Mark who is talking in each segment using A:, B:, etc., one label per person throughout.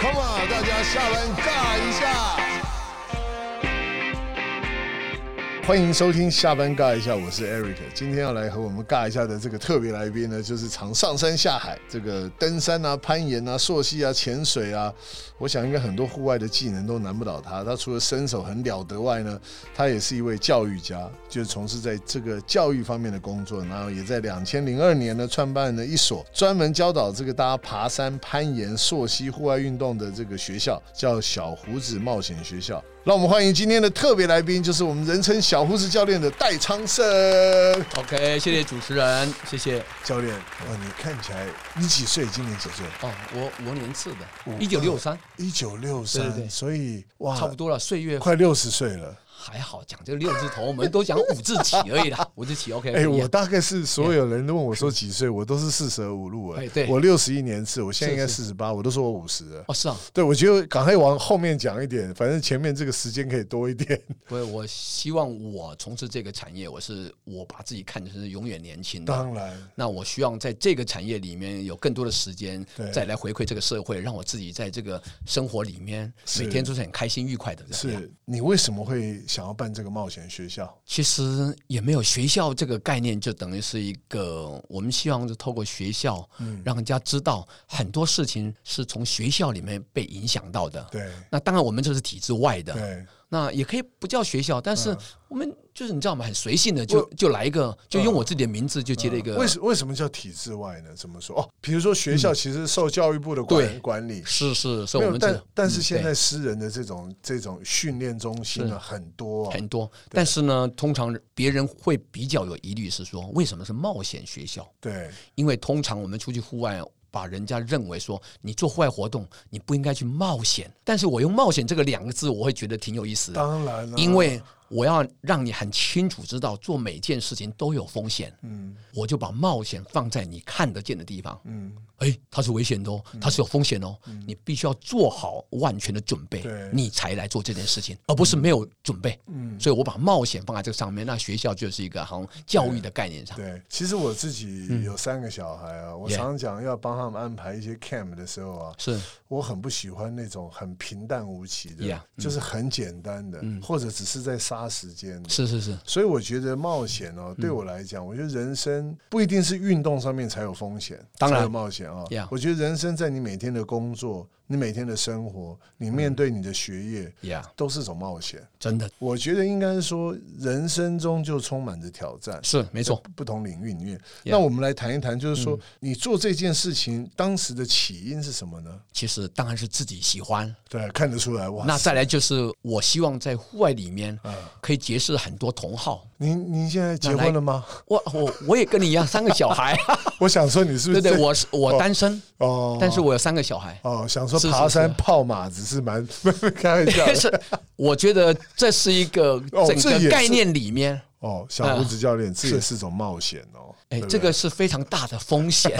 A: 大家下班尬一下。欢迎收听下班尬一下，我是 Eric。今天要来和我们尬一下的这个特别来宾呢，就是常上山下海，这个登山啊、攀岩啊、溯溪啊、潜水啊，我想应该很多户外的技能都难不倒他。他除了身手很了得外呢，他也是一位教育家，就是从事在这个教育方面的工作，然后也在两千零二年呢创办了一所专门教导这个大家爬山、攀岩、溯溪户外运动的这个学校，叫小胡子冒险学校。让我们欢迎今天的特别来宾，就是我们人称小护士教练的戴昌生
B: OK，谢谢主持人，谢谢。
A: 教练。哇，你看起来你几岁？今年几岁？
B: 哦，我我年次的，一九六三，
A: 一九六
B: 对对
A: 三，
B: 对
A: 所以嗯哇，
B: 差不多了，岁月
A: 快六十岁了。
B: 还好，讲这六字头，我们都讲五字起而 已啦，五字起 OK
A: 哎、
B: 不一
A: 我
B: 样。
A: 大概是所有人都问我说几岁，我都是四舍五入哎
B: 哎，对
A: 我六十一年次，我现在应该
B: 是
A: 四十八，我都说我五十了。
B: 哦，是啊，
A: 对，我觉得赶快往后面讲一点，反正前面这个时间可以多一点。
B: 不是，我希望我从事这个产业，我是我把自己看成是永远年轻的。
A: 当然，
B: 那我希望在这个产业里面有更多的时间
A: 对，
B: 再来回馈这个社会，让我自己在这个生活里面
A: 是
B: 每天都是很开心愉快的。这样
A: 是你为什么会想要办这个冒险学校？
B: 其实也没有学校这个概念，就等于是一个我们希望是透过学校，
A: 嗯
B: 让人家知道很多事情是从学校里面被影响到的。
A: 对
B: 那当然，我们这是体制外的，
A: 对，嗯
B: 那也可以不叫学校，但是我们就是你知道吗？很随性的就就来一个，就用我自己的名字就接了一个。
A: 嗯为什为什么叫体制外呢？怎么说？哦，比如说学校其实受教育部的管、
B: 对
A: 管理，
B: 是是，所
A: 没
B: 以我
A: 有，
B: 们
A: 但哦
B: 是
A: 但
B: 嗯
A: 是现
B: 对
A: 在私人的这种这种训练中心呢很多啊，
B: 很多，但是呢，通常别人会比较有疑虑，是说为什么是冒险学校？
A: 对
B: 因为通常我们出去户外，把人家认为说你做户外活动，你不应该去冒险。但是我用“冒险”这个两个字，我会觉得挺有意思的，
A: 当然了，
B: 因为我要让你很清楚知道，做每件事情都有风险。
A: 嗯
B: 我就把冒险放在你看得见的地方。
A: 嗯，
B: 哎，它是危险的哦，它是有风险的哦，你必须要做好万全的准备
A: 对，
B: 你才来做这件事情，而不是没有准备。
A: 嗯
B: 所以我把冒险放在这个上面，那学校就是一个好像教育的概念上。
A: 对，其实我自
B: 嗯
A: 己有三个小孩啊，我
B: Yeah
A: 常常讲要帮他们安排一些 camp 的时候啊，
B: 是
A: 我很不喜欢那种很平淡无奇的
B: Yeah，
A: 就是很简单的，
B: 嗯
A: 或者只是在杀时间的。
B: 是是是，
A: 所以我觉得冒险哦，
B: 嗯
A: 对我来讲，我觉得人生不一定是运动上面才有风险，
B: 当然
A: 才有冒险啊、
B: Yeah
A: 我觉得人生在你每天的工作、你每天的生活、你
B: 嗯
A: 面对你的学业，
B: 呀、
A: 都是种冒险。
B: 真的
A: 我觉得应该是说，人生中就充满着挑战。
B: 是没错。
A: 不同领域里面，
B: Yeah 嗯
A: 那我们来谈一谈，就是说、你做这件事情当时的起因是什么呢？
B: 其实当然是自己喜欢。
A: 对，看得出来哇。
B: 那再来就是，我希望在户外里面
A: 嗯
B: 可以结识很多同好。
A: 您您现在结婚了吗？
B: 我我我也跟你一样，三个小孩，
A: 我想说你是不是
B: 对对，
A: 在
B: 我是我单身，
A: 哦，
B: 但是我有三个小孩。
A: 哦，想说
B: 是是
A: 爬山
B: 是
A: 泡马只是蛮 开玩 笑的
B: 但是我觉得这是一个
A: 哦
B: 整
A: 这也是
B: 个概念里面，
A: 哦，小胡子教练，这也是种冒险哦。
B: 哎，
A: 对不
B: 这
A: 对
B: 个啊是非常大的 风险，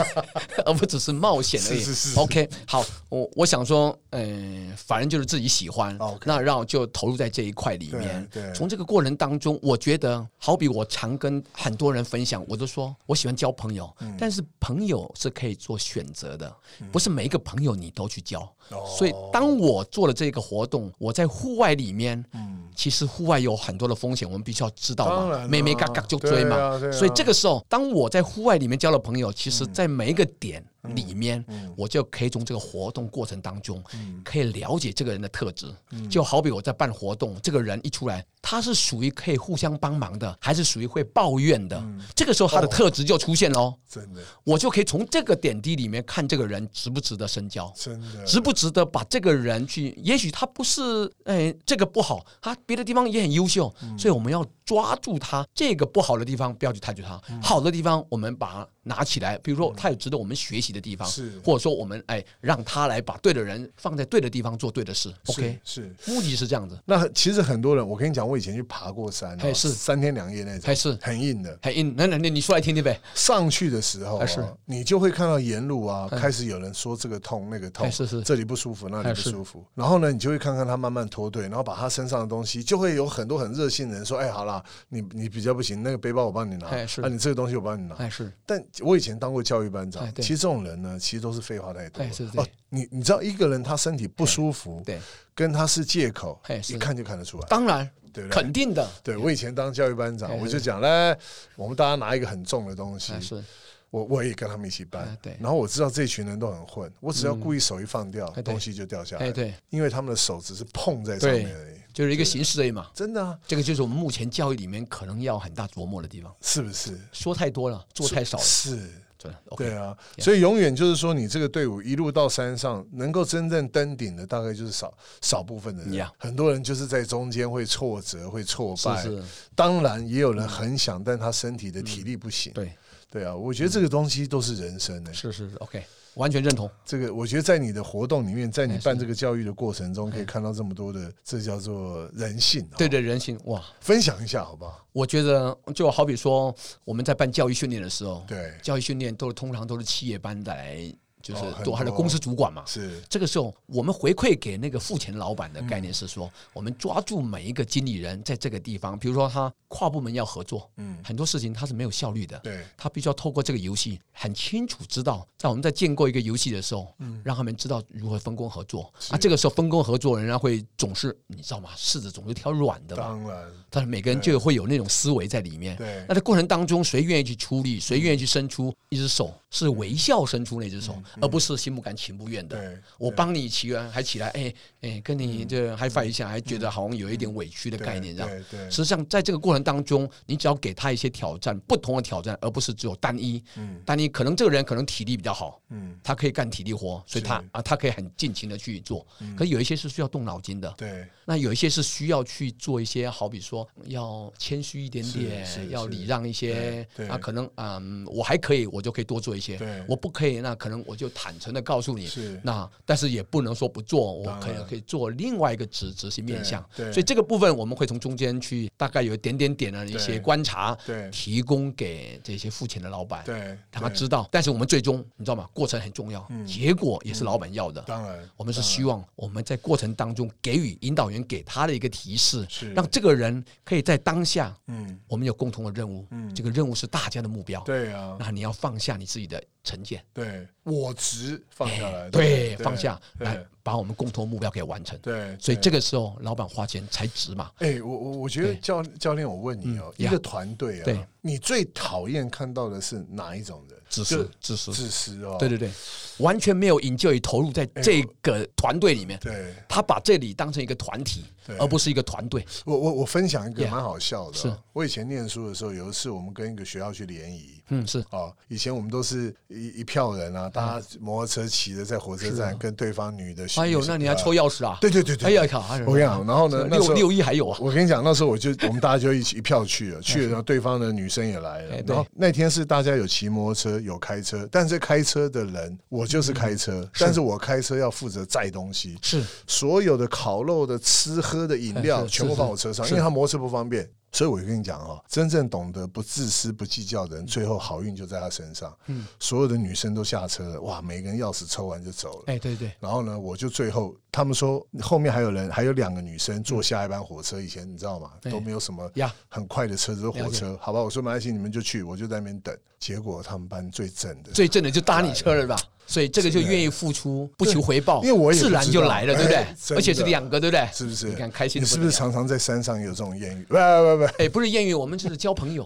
B: 而不只是冒险而已。
A: 是是是是
B: OK，好，我我想说，嗯、反正就是自己喜欢
A: 哦 OK
B: 那让我就投入在这一块里面。
A: 对对
B: 从这个过程当中，我觉得，好比我常跟很多人分享，我都说我喜欢交朋友，
A: 嗯
B: 但是朋友是可以做选择的，不是每一个朋友你都去交。
A: 哦
B: 所以，当我做了这个活动，我在户外里面，
A: 嗯
B: 其实户外有很多的风险，我们必须要知道
A: 当
B: 嘛，
A: 然
B: 妹妹
A: 啦
B: 嘎嘎就追嘛。
A: 对啊对啊嗯
B: 所以这个时候，当我在户外里面交了朋友，其实，在每一个点里面，我就可以从这个活动过程当中，
A: 嗯
B: 可以了解这个人的特质。就好比我在办活动，这个人一出来，他是属于可以互相帮忙的，还是属于会抱怨的？
A: 嗯
B: 这个时候，他的
A: 哦
B: 特质就出现喽。
A: 真的
B: 我就可以从这个点滴里面看这个人值不值得深交。
A: 真的
B: 值不值得把这个人去？也许他不是，哎，这个不好，他别的地方也很优秀，所以我们要抓住他这个不好的地方，不要去探究他；好的地方，我们把它拿起来。比如说，他有值得我们学习的地方，
A: 是
B: 或者说我们哎，让他来把对的人放在对的地方做对的事。
A: 是
B: OK，
A: 是。
B: 目的是这样子，
A: 那其实很多人，我跟你讲，我以前去爬过山哦，
B: 哎是
A: 三天两夜那种，
B: 还是
A: 很硬的。
B: 还那那那你说来听听呗？
A: 上去的时候、啊
B: 哎是
A: 你就会看到沿路啊，开始有人说这个痛那个痛，
B: 哎是是
A: 这里不舒服那里
B: 哎
A: 不
B: 是
A: 舒服，然后呢，你就会看看他慢慢脱队，然后把他身上的东西，就会有很多很热心的人说，哎，好啦，你你比较不行，那个背包我帮你拿，
B: 哎是
A: 啊，你这个东西我帮你拿，
B: 哎，是
A: 但我以前当过教育班长
B: 哎，对
A: 其实这种人呢，其实都是废话太多
B: 哎是。对
A: 哦，你你知道一个人他身体不舒服，
B: 对，
A: 跟他是借口
B: 哎，是
A: 一看就看得出来，
B: 当然
A: 对不对？
B: 肯定的，
A: 对我以前当教育班
B: 哎
A: 长，
B: 是
A: 我就讲来，我们大家拿一个很重的东西
B: 哎，是
A: 我我也跟他们一起搬
B: 哎，对嗯
A: 然后我知道这群人都很混，我只要故意手一放掉，
B: 哎对
A: 东西就掉下
B: 哎
A: 来，
B: 对，
A: 因为他们的手只是碰在上面而已，
B: 就是一个形式而已嘛。
A: 真的啊，
B: 这个就是我们目前教育里面可能要很大琢磨的地方，
A: 是不是？
B: 说太多了，做太少了，
A: 是。
B: 对，OK，
A: 对啊，所以永远就是说，你这个队伍一路到山上，能够真正登顶的，大概就是少少部分的人
B: Yeah。
A: 很多人就是在中间会挫折、会挫
B: 是
A: 败。
B: 是，
A: 当然，也有人很想，但他身体的体力不行。
B: 对，
A: 对啊，我觉得这个东西都是人生欸的。
B: 是是是，OK，完全认同，
A: 这个我觉得在你的活动里面，在你办这个教育的过程中，可以看到这么多的，这叫做人性。哦
B: 对，对，人性哇，
A: 分享一下好不好？
B: 我觉得就好比说我们在办教育训练的时候，
A: 对，
B: 教育训练都是通常都是企业班的来，就是
A: 哦很
B: 做他的
A: 多
B: 公司主管嘛。
A: 是
B: 这个时候，我们回馈给那个付钱老
A: 嗯
B: 板的概念是说，我们抓住每一个经理人在这个地方，比如说他跨部门要合作，
A: 嗯
B: 很多事情他是没有效率的，
A: 对，
B: 他必须要透过这个游戏，很清楚知道，在我们在建构一个游戏的时候，
A: 嗯
B: 让他们知道如何分工合作。啊，这个时候分工合作，人家会总是你知道吗？柿子总是挑软的嘛，
A: 当然
B: 但是每个人就会有那种思维在里面。
A: 对
B: 那在过程当中，谁愿意去出力，谁愿意去伸出一只手，是微笑伸出那只手，而不是心不甘情不愿
A: 嗯
B: 的。
A: 对。嗯
B: 我帮你起完还起来，哎哎，跟你这 high five 一下，还觉得好像有一点委屈的概念，这样。
A: 对对，
B: 实际上，在这个过程当中，你只要给他一些挑战，不同的挑战，而不是只有单一。
A: 嗯
B: 单一可能这个人可能体力比较好，
A: 嗯，
B: 他可以干体力活，所以他
A: 是嗯
B: 啊，他可以很尽情的去做。可是有一些是需要动脑筋的，
A: 对，
B: 那有一些是需要去做一些，好比说要谦虚一点
A: 是是
B: 点，要
A: 是
B: 礼让一些
A: 对对，
B: 啊，可能嗯，我还可以，我就可以多做一些
A: 对；
B: 我不可以，那可能我就坦诚的告诉你
A: 是。
B: 那但是也不能说不做，我
A: 当
B: 可以
A: 然
B: 可以做另外一个执执行面向。
A: 对对
B: 所以这个部分我们会从中间去大概有点点点的一
A: 对
B: 些观察，
A: 对
B: 提供给这些付钱的老板，
A: 对，
B: 让他
A: 对
B: 知道。但是我们最终你知道吗？过程很重要，
A: 嗯
B: 结果也是老板要的。
A: 当然
B: 我们是希
A: 嗯
B: 望我们在过程当中给予引导员给他的一个提示
A: 是，
B: 让这个人可以在当下，
A: 嗯，
B: 我们有共同的任务，这个任务是大家的目标，
A: 对啊，
B: 那你要放下你自己的成见，
A: 对，我值放下来，
B: 对，放下
A: 对
B: 来把我们共同的目标给完成。
A: 对，
B: 所
A: 对
B: 以这个时候，老板花钱才值嘛。
A: 哎、我我我觉得教教练，我问你哦、
B: 嗯
A: 一
B: 呀
A: 个团队啊，
B: 对
A: 你最讨厌看到的是哪一种人？
B: 自
A: 就
B: 私，自私，
A: 自私哦，
B: 对对对，完全没有引咎与投入在这个团队里面。
A: 对，
B: 他把这里当成一个团体
A: 对，
B: 而不是一个团队。
A: 我我我分享一个
B: Yeah，
A: 蛮好笑的哦、
B: 是
A: 我以前念书的时候，有一次我们跟一个学校去联谊。
B: 嗯，是
A: 哦，以前我们都是一一票人啊，大家摩托车骑着在火车站跟对方女的。
B: 嗯啊哎呦
A: 女，生
B: 那你
A: 啊
B: 还抽钥匙啊？
A: 对对对对，
B: 哎呀靠！哎呀
A: 我跟你讲然后呢那时
B: 六
A: 候
B: 六一还有啊，
A: 我跟你讲，那时候我就我们大家就一起一票去了，去了，然后对方的女生也来了
B: 哎。对
A: 然后那天是大家有骑摩托车，有开车，但是开车的人我
B: 嗯
A: 就是开车，但是我开车要负责载东西，
B: 是
A: 所有的烤肉的、吃喝的、饮料
B: 哎是
A: 全部放我车上，
B: 是
A: 因为他摩托车不方便。所以我就跟你讲哦，真正懂得不自私、不计较的人，最后好运就在他身上。嗯，所有的女生都下车了，哇，每个人钥匙抽完就走了。
B: 哎，对对，
A: 然后呢，我就最后他们说后面还有人，还有两个女生坐下一班火车。以前你知道吗？
B: 对
A: 都没有什么
B: 呀
A: 很快的车子，火
B: 了解
A: 车。好吧，我说没关系，你们就去，我就在那边等。结果他们班最正的，
B: 最正的就搭你车了吧？所以这个就愿意付出，不求回报，
A: 因为我也不
B: 自然就来了，对不
A: 知
B: 对
A: 道哎真？的
B: 而且是两个，对不对？
A: 是不是？
B: 你看开心
A: 你
B: 的
A: 是
B: 不
A: 不
B: 得
A: 是
B: 了。
A: 常常在山上有这种艳遇？不不不
B: 哎，不是艳遇，我们就是交 朋友，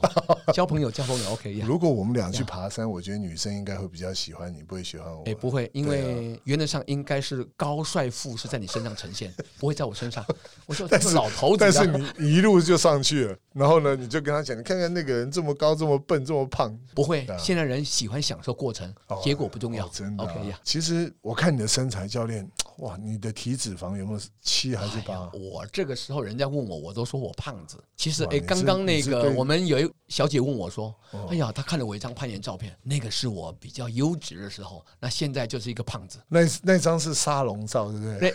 B: 交朋友，交朋友，OK 呀
A: 不，。如果我们俩去爬山，我觉得女生应该会比较喜欢你，不会喜欢我。
B: 哎，不会，因
A: 啊
B: 为原则上应该是高帅富是在你身上呈现，不会在我身 上。我说这
A: 但是
B: 老头子啊，
A: 但是你你一路就上去了，然后呢，你就跟他讲，你看看那个人这么高，这么笨，这么胖，
B: 不会
A: 啊，
B: 现在人喜欢享受过程
A: 哦，
B: 结果不重要
A: 哦真的啊、
B: ，OK 呀。
A: 其实我看你的身材，教练，哇，你的体脂肪有没有七还是
B: 哎
A: 八
B: 呀？我这个时候人家问我，我都说我胖子。其实，
A: 啊哇
B: 哎，
A: 你是
B: 刚刚
A: 你
B: 那
A: 是
B: 个
A: 对
B: 我们有一小姐问我说：“
A: 哦
B: 哎呀，她看了我一张攀岩照片，那个是我比较优质的时候，那现在就是一个胖子。
A: 那那张是沙龙照，对 不对？”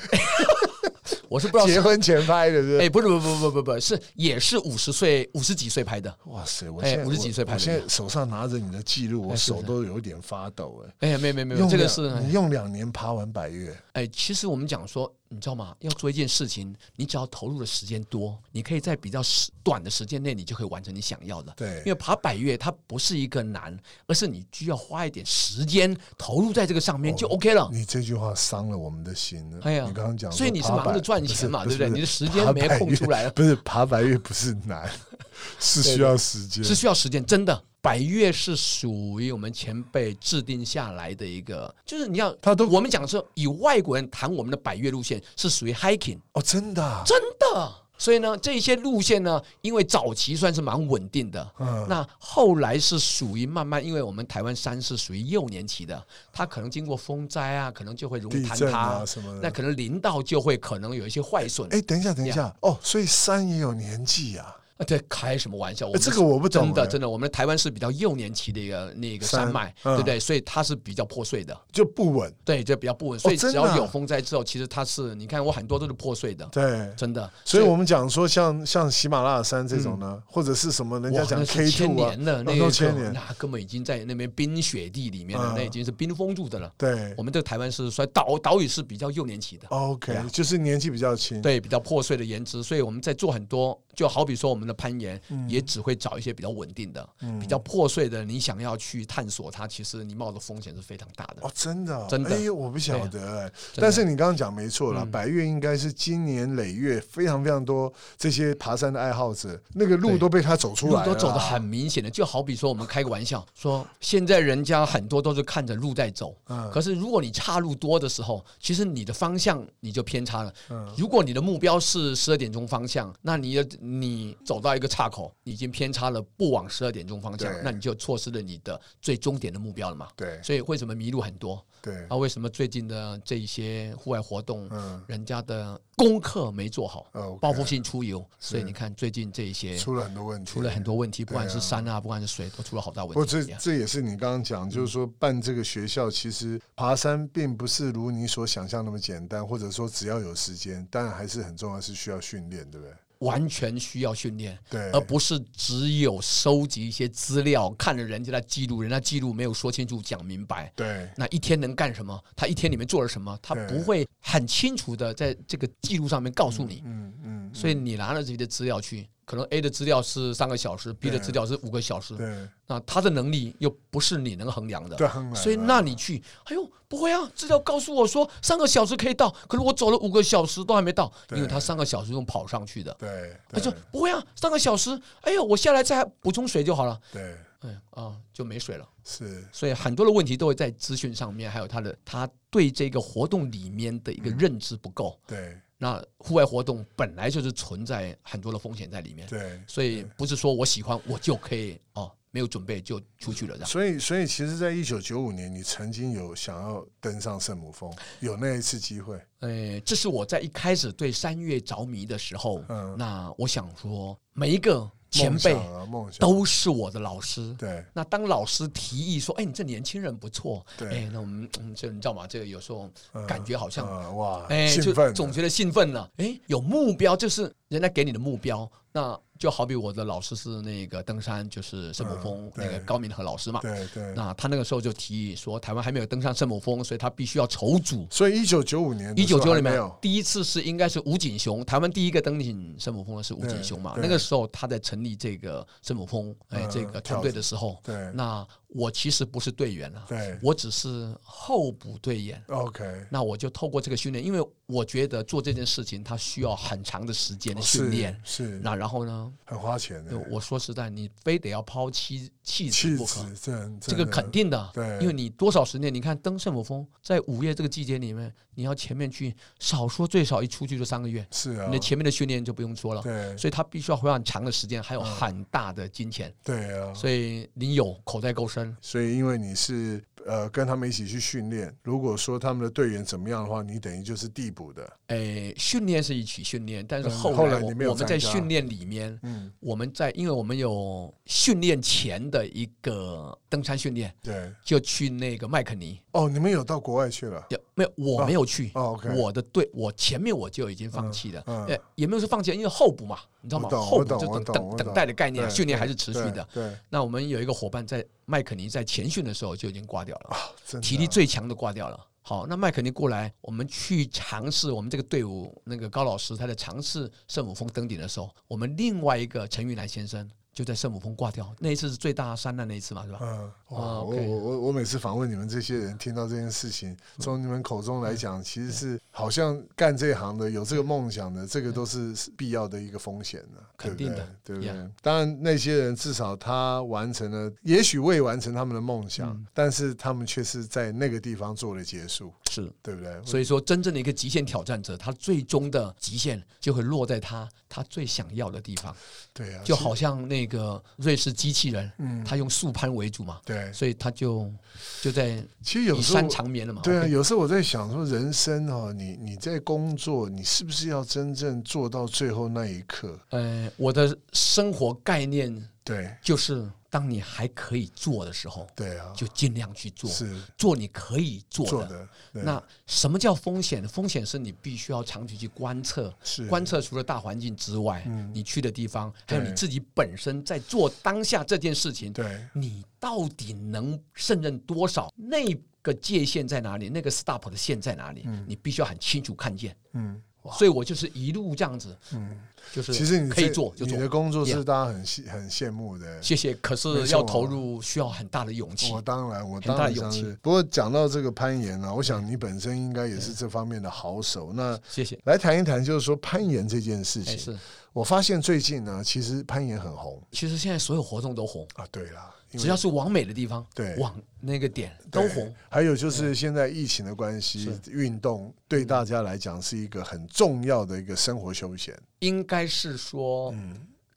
B: 我是不知道
A: 结
B: 是。
A: 婚前拍的，对不对？
B: 哎，不是，不不不不不，是也是五十岁、五十几岁拍的。
A: 哇塞！我
B: 哎
A: 现在
B: 50几岁拍
A: 我
B: 的
A: 现在手上拿着你的记录，我
B: 哎是
A: 手
B: 是
A: 都有点发抖哎。
B: 哎，没有没有没有，
A: 用
B: 这个
A: 两
B: 是
A: 你用两年爬完百越，
B: 哎，其实我们讲说你知道吗？要做一件事情，你只要投入的时间多，你可以在比较时短的时间内，你就可以完成你想要的。
A: 对
B: 因为爬百越它不是一个难，而是你需要花一点时间投入在这个上
A: 哦
B: 面就 OK 了。
A: 你这句话伤了我们的心了。
B: 啊哎呀
A: 你刚刚讲说爬百，
B: 所以你是忙着赚钱嘛
A: 不是
B: 对不对
A: 是
B: 你的时间没空出来了啊
A: 爬百越不是爬白月不是难， 是需要时间。
B: 是需要时间，真的。百越是属于我们前辈制定下来的一个，就是你要
A: 他都
B: 我们讲说，以外国人谈我们的百越路线是属于 hiking，
A: 哦，真的啊、
B: 真的。所以呢，这些路线呢，因为早期算是蛮稳定的，
A: 嗯
B: 那后来是属于慢慢，因为我们台湾山是属于幼年期的，它可能经过风灾啊，可能就会容易
A: 地
B: 坍
A: 震
B: 塌，
A: 啊什么的
B: 那可能林道就会可能有一些坏损。
A: 哎，等一下，等一下，哦，所以山也有年纪啊。
B: 啊，这开什么玩笑？我
A: 哎
B: 们
A: 这个我不懂
B: 真的
A: 哎
B: 真的，我们台湾是比较幼年期的一个那个
A: 山
B: 山脉，
A: 嗯
B: 对不对？所以它是比较破碎的，
A: 就不稳。
B: 对，就比较不稳。所以
A: 真
B: 只
A: 的啊
B: 要有风灾之后，其实它是，你看我很多都是破碎的，
A: 对，
B: 真的。
A: 所以我们讲说像像喜马拉雅山这种呢，或者是什么人家
B: 嗯哇，
A: 讲
B: 那
A: K
B: 是
A: two
B: 千
A: 啊，
B: 年的
A: 那
B: 那
A: 都
B: 个，
A: 千年，
B: 那根本已经在那边冰雪地里面
A: 嗯，
B: 了那已经是冰封住的了。
A: 对哦
B: 我们这个台湾是算岛岛屿是比较幼年期的，
A: ，OK，、
B: 对啊
A: 就是年纪比较轻。
B: 对，比较破碎的岩石，所以我们在做很多，就好比说我们的攀岩，
A: 嗯
B: 也只会找一些比较稳定的、比较破碎的。你想要去探索它，其实你冒的风险是非常大的。
A: 哦，真的、哦，
B: 真的
A: 哎，我不晓得哎、
B: 真的嗯
A: 但是你刚刚讲没错了，百越应该是今年累月非常非常多这些爬山的爱好者，那个路
B: 对
A: 都被他走出
B: 路
A: 来了，啊
B: 都走得很明显的，就好比说我们开个玩笑说，现在人家很多都是看着路在走，
A: 嗯
B: 可是如果你岔路多的时候，其实你的方向你就偏差了。
A: 嗯
B: 如果你的目标是十二点钟方向，那你的你走到一个岔口，你已经偏差了，不往十二点钟方向
A: 对，
B: 那你就错失了你的最终点的目标了嘛。
A: 对
B: 所以为什么迷路很多？
A: 对
B: 啊，为什么最近的这一些户外活动，
A: 嗯
B: 人家的功课没做好，
A: OK
B: 报复性出游，所以你看最近这一些
A: 出了很多问题，
B: 出了很多问题，不管
A: 对
B: 是
A: 啊
B: 山啊，不管是水，都出了好大
A: 不过
B: 问
A: 这
B: 题。啊嗯
A: 这也是你刚刚讲，就是说办这个学校，其实爬山并不是如你所想象那么简单，或者说只要有时间，当然还是很重要，是需要训练，对不对？
B: 完全需要训练，
A: 对
B: 而不是只有收集一些资料，看了人家的记录，人家记录没有说清楚、讲明白。
A: 对
B: 那一天能干什么？他一天里面做了什么？他
A: 对
B: 不会很清楚的在这个记录上面告诉你。
A: 嗯嗯，
B: 所以你拿了自己的资料去，可能 A 的资料是三个小时，B 的
A: 对
B: 资料是五个小时，
A: 对，
B: 那他的能力又不是你能衡量的，
A: 当然
B: 所以
A: 了
B: 那你去，哎呦，不会啊，资料告诉我说三个小时可以到，可是我走了五个小时都还没到，
A: 对
B: 因为他三个小时用跑上去的，
A: 对
B: 他
A: 对
B: 就不会啊，三个小时，哎呦，我下来再补充水就好了，
A: 对
B: 哎啊，就没水了。
A: 是，
B: 所以很多的问题都会在资讯上面，还有他的他对这个活动里面的一
A: 嗯
B: 个认知不够。
A: 对
B: 那户外活动本来就是存在很多的风险在里面，
A: 对。
B: 所以不是说我喜欢我就可以哦，没有准备就出去了这样。
A: 所以，所以其实，在一九九五年，你曾经有想要登上圣母峰，有那一次机会，
B: 呃，这是我在一开始对山岳着迷的时候，
A: 嗯
B: 那我想说，每一个前
A: 梦
B: 辈
A: 想啊，梦想，
B: 都是我的老师。
A: 对
B: 那当老师提议说：“哎，你这年轻人不错。”
A: 对
B: 哎，那我们嗯，这你知道吗？这个有时候嗯感觉好像，
A: 啊，哇，
B: 哎，
A: 兴
B: 就
A: 奋
B: 总
A: 了，
B: 觉得兴奋了。哎，有目标，就是人家给你的目标。那就好比我的老师是那个登山，就是圣母峰、
A: 嗯对
B: 那个高明和老师嘛。
A: 对对。
B: 那他那个时候就提议说，台湾还没有登上圣母峰，所以他必须要筹组
A: 所以，一九九五年的
B: 一
A: 时
B: 九
A: 候
B: 九
A: 嗯还
B: 里
A: 没
B: 面
A: 有，
B: 第一次是应该是吴景雄，台湾第一个登顶圣母峰的是吴景雄嘛？
A: 对对
B: 那个时候他在成立这个圣母峰哎
A: 嗯
B: 这个团队的时候，
A: 对
B: 那我其实不是队员了，
A: 对
B: 我只是候补队员。
A: ，OK，
B: 那我就透过这个训练，因为我觉得做这件事情它需要很长的时间的
A: 哦是
B: 训练。
A: 是
B: 那然后呢，
A: 很花钱的，
B: 我说实在，你非得要抛弃弃
A: 气
B: 子不可。
A: 质这很
B: 这个肯定的，
A: 对
B: 因为你多少十年，你看登圣母峰，在五月这个季节里面，你要前面去，少说最少一出去就三个月，
A: 是啊
B: 你的，前面的训练就不用说了，
A: 对嗯
B: 所以他必须要花很长的时间，还有很大的金钱，
A: 对啊，
B: 所以你有口袋够深，
A: 所以因为你是呃跟他们一起去训练，如果说他们的队员怎么样的话，你等于就是递补的，
B: 诶，呃训练是一起训练，但是
A: 嗯
B: 后
A: 后来
B: 来
A: 你
B: 我
A: 没有
B: 我们在
A: 参加
B: 训练里面，
A: 嗯，
B: 我们在因为我们有训练前的一个登山训练，
A: 对。
B: 就去那个麦肯尼，
A: 哦，你们有到国外去了？
B: 也没有，我没有去。
A: 哦，OK
B: 我的队，我前面我就已经放弃了，
A: 嗯嗯
B: 呃，也没有说放弃，因为候补嘛，你知道吗？
A: 我懂我
B: 候补
A: 懂
B: 就
A: 我
B: 等
A: 懂我
B: 等
A: 懂
B: 等待的概念，
A: 对
B: 训练还是持续的。
A: 对，对
B: 那我们有一个伙伴在麦肯尼在前训的时候就已经挂掉了，
A: 真的
B: 体力最强的挂掉了。好，那麦肯尼过来，我们去尝试我们这个队伍那个高老师他在尝试圣母峰登顶的时候，我们另外一个陈玉兰先生就在圣母峰挂掉，那一次是最大山难那一次嘛，是吧？
A: 嗯，哇，
B: 哦
A: 我
B: ，OK 嗯
A: 我我我每次访问你们这些人，听到这件事情，从你们口中来讲，其实是好像干这行的、有这
B: 嗯
A: 个梦想的，这个都是必要的一个风险的，
B: 肯定的
A: 对不对？对不对
B: Yeah
A: 当然，那些人至少他完成了，也许未完成他们的梦想，
B: 嗯
A: 但是他们却是在那个地方做了结束，
B: 是。
A: 对不对？
B: 所以说，真正的一个极限挑战者，他最终的极限就会落在他他最想要的地方，
A: 对啊，
B: 就好像那个瑞士机器人，
A: 嗯
B: 他用速攀为主嘛，
A: 对，
B: 所以他就就在
A: 其实有
B: 以
A: 时候
B: 山
A: 我
B: 长眠了嘛。
A: 对啊，
B: OK，
A: 有时候我在想说，人生哦，你你在工作，你是不是要真正做到最后那一刻？
B: 呃，我的生活概念
A: 对
B: 就是，当你还可以做的时候，
A: 对啊，
B: 就尽量去做，
A: 是
B: 做你可以做的。
A: 做的，对
B: 那什么叫风险？风险是你必须要长期去观测，
A: 是
B: 观测除了大环境之外，
A: 嗯
B: 你去的地方，还有
A: 对
B: 你自己本身在做当下这件事情，
A: 对
B: 你到底能胜任多少？那个界限在哪里？那个 stop 的线在哪里？你必须要很清楚看见。
A: 嗯。
B: 所以我就是一路这样子，就是
A: 其实你
B: 可以
A: 这
B: 做就
A: 你
B: 做
A: 的。工作是
B: Yeah
A: 大家很羡很羡慕的。
B: 谢谢，可
A: 没
B: 是
A: 错
B: 要
A: 啊
B: 投入需要很大的勇气
A: 我。当然，我
B: 很大
A: 当
B: 的
A: 然
B: 勇
A: 相
B: 气
A: 信。不过讲到这个攀岩呢、啊，我想你本身应该也是这方面的好手。那
B: 谢谢。
A: 来谈一谈，就是说攀岩这件事
B: 哎，
A: 情。
B: 是，
A: 我发现最近呢，其实攀岩很红
B: 其实现在所有活动都红，
A: 啊。对啦，因为
B: 只要是往美的地方，
A: 对
B: 往那个点都
A: 对
B: 红。。嗯
A: 还有就是现在疫情的关系，运动对大家来讲是一个很重要的一个生活休闲。
B: 应该是说，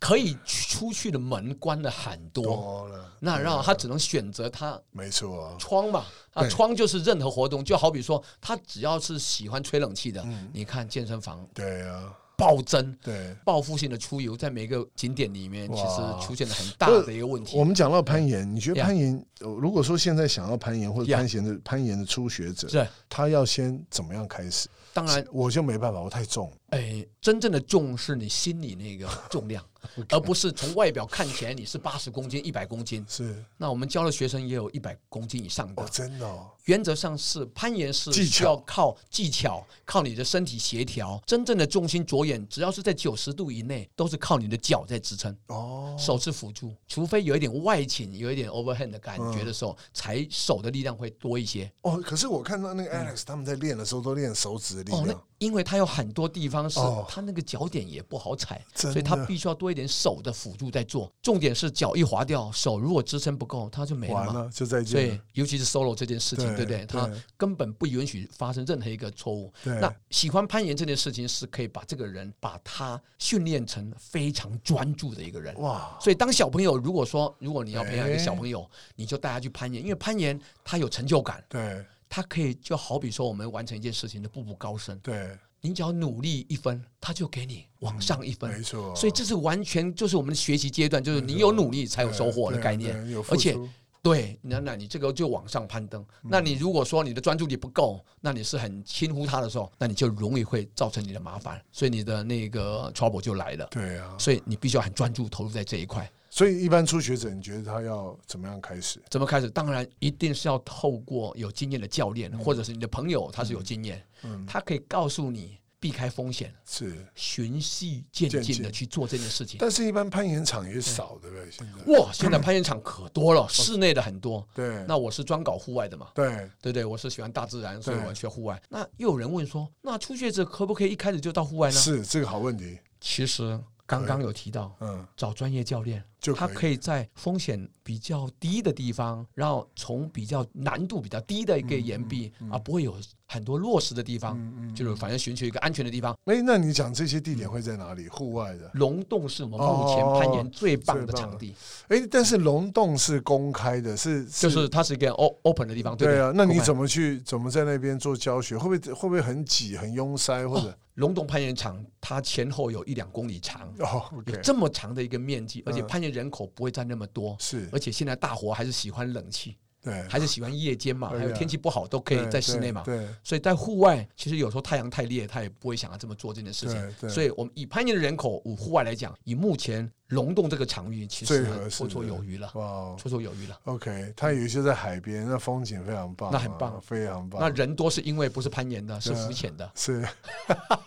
B: 可以出去的门关了很多，
A: 嗯多了，
B: 那让他只能选择他
A: 没错啊。
B: 窗嘛，啊，
A: 对
B: 窗就是任何活动，就好比说他只要是喜欢吹冷气的，
A: 嗯
B: 你看健身房
A: 对啊，
B: 暴增。
A: 对。
B: 报复性的出游，在每个景点里面，
A: 哇
B: 其实出现了很大的一个问题
A: 我。们讲到攀岩，你觉得
B: Yeah
A: 攀岩，呃如果说现在想要攀岩或者
B: Yeah
A: 攀岩的攀岩的初学者，
B: 是，哎
A: 他要先怎么样开始？
B: 当然，
A: 我就没办法，我太重。
B: 哎，真正的重是你心里 那个重量，而不是从外表看起来你是八十公斤、一百公斤。
A: 是，
B: 那我们教的学生也有一百公斤以上的
A: 哦，，真的哦，
B: 原则上是攀岩是
A: 技巧
B: 需要靠技巧，靠你的身体协调。真正的重心着眼，只要是在九十度以内，都是靠你的脚在支撑，
A: 哦，
B: 手是辅助。除非有一点外倾，有一点 overhand 的感
A: 嗯
B: 觉的时候，才手的力量会多一些。
A: 哦，可是我看到那个 Alex 他们在练的时候都练手指的力
B: 嗯哦，那
A: 量，
B: 因为它有很多地方是
A: 哦
B: 它那个脚点也不好踩，
A: 真的
B: 所以它必须要多一点手的辅助在做。重点是脚一滑掉，手如果支撑不够，它就没了
A: 完
B: 嘛。
A: 了就再
B: 所
A: 见
B: 以
A: 了。，
B: 尤其是 solo 这件事情，
A: 对
B: 对不对？
A: 对
B: 它根本不允许发生任何一个错误。
A: 对
B: 那喜欢攀岩这件事情，是可以把这个人把他训练成非常专注的一个人。
A: 哇，
B: 所以，当小朋友如果说，如果你要培养一个
A: 哎
B: 小朋友，你就带他去攀岩，因为攀岩他有成就感，
A: 对
B: 他可以就好比说我们完成一件事情的步步高升，
A: 对，
B: 你只要努力一分，他就给你往上一分。
A: 没错。
B: 所以，这是完全就是我们的学习阶段，就是你有努力才有收获的
A: 对啊
B: 概念
A: 对有。嗯付
B: 而且
A: 出，
B: 对，那那你这个就往上攀登。那你如果说你的专注力不够，那你是很轻忽它的时候，那你就容易会造成你的麻烦，所以你的那个 trouble 就来了。
A: 对啊，
B: 所以你必须要很专注投入在这一块。
A: 所以一般初学者，你觉得他要怎么样开始？
B: 怎么开始？当然，一定是要透过有经验的教
A: 嗯
B: 练，或者是你的朋友，他是有经验，他可以告诉你避开风险，
A: 是，
B: 循序渐
A: 渐
B: 进
A: 进
B: 的去做这件事情。
A: 但是一般攀岩场也少，对不对？现在
B: 哇，现在攀岩场可多了，室内的很多。
A: 对
B: 那我是专搞户外的嘛，
A: 对
B: 对不对？我是喜欢大自然，所以
A: 对
B: 我学户外。那又有人问说，那初学者可不可以一开始就到户外呢？
A: 是这个好问题，
B: 其实刚刚有提到，
A: 嗯，
B: 找专业教练
A: 就，可以
B: 他可以在风险比较低的地方，然后从比较难度比较低的一
A: 嗯
B: 个岩壁啊，不会有很多落石的地方，啊就是反正寻求一个安全的地方。
A: 哎，嗯那你讲这些地点会在哪里？户外的，
B: 龙洞是我们目前
A: 哦
B: 攀岩最棒
A: 最
B: 的
A: 棒
B: 场
A: 的
B: 地，
A: 哎，但是龙洞是公开的，是
B: 就是它是一个 o open 的地方，对不
A: 对啊。那你
B: 公开
A: 怎么去？怎么在那边做教学？会不会会不会很挤、很拥塞，或者
B: 龙洞攀岩场，它前后有一两公里长，
A: 哦
B: 有
A: ，OK，
B: 这么长的一个面积，而且
A: 嗯
B: 攀岩人口不会占那么多，
A: 是
B: 而且现在大伙还是喜欢冷气，
A: 对，
B: 还是喜欢夜间嘛，
A: 哎呀
B: 还有天气不好都可以
A: 对
B: 在室内嘛。
A: 对，
B: 所以在户外，其实有时候太阳太烈，他也不会想要这么做这件事
A: 对对
B: 情。所以，我们以攀岩的人口，以户外来讲，以目前溶洞这个场域其
A: 最
B: 实
A: 合适
B: 绰绰
A: 的
B: 有余了，
A: 哇哦
B: 绰绰有余了。
A: ，OK，它有一些在海边，那风景非常棒啊，
B: 嗯那很棒
A: 非常棒。
B: 那人多是因为不是攀岩的，是
A: 啊
B: 浮潜的。
A: 是，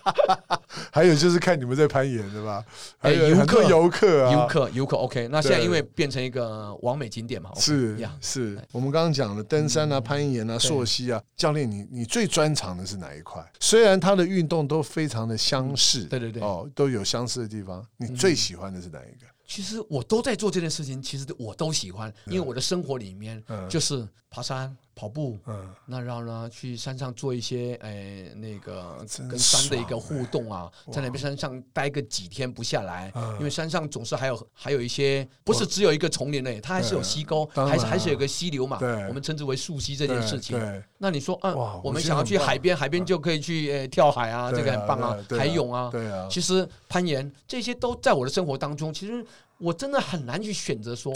A: 还有就是看你们在攀岩的吧，还
B: 哎
A: 有很多游客啊，
B: 游客，游客，OK。那现在
A: 对
B: 因为变成一个完美景点嘛，OK，
A: 是
B: 呀。
A: 是，我们刚刚讲了登山
B: 嗯
A: 啊、攀岩啊、溯溪啊，教练，你你最专长的是哪一块？虽然它的运动都非常的相似，
B: 嗯对对对嗯
A: 哦，都有相似的地方，你最喜欢的是哪一个？
B: 其实我都在做这件事情，其实我都喜欢，因为我的生活里面
A: 嗯
B: 就是爬山、跑步，
A: 嗯，
B: 那然后呢去山上做一些呃那个
A: 真
B: 跟山的一个
A: 爽哎
B: 互动啊，在那边山上待个几天不下来
A: 嗯，
B: 因为山上总是还有还有一些不是只有一个丛林嘞，它还是有溪沟，
A: 当然
B: 还是还是有个溪流嘛
A: 对，
B: 我们称之为溯溪这件事情。
A: 对，
B: 那你说，
A: 哇
B: 嗯，我
A: 我
B: 们
A: 觉得
B: 想要
A: 很
B: 去
A: 棒
B: 海边，海边就可以去呃跳海啊，
A: 对
B: 这个很棒
A: 对对
B: 海泳啊，
A: 对啊，
B: 其实攀岩这些都在我的生活当中，其实我真的很难去选择说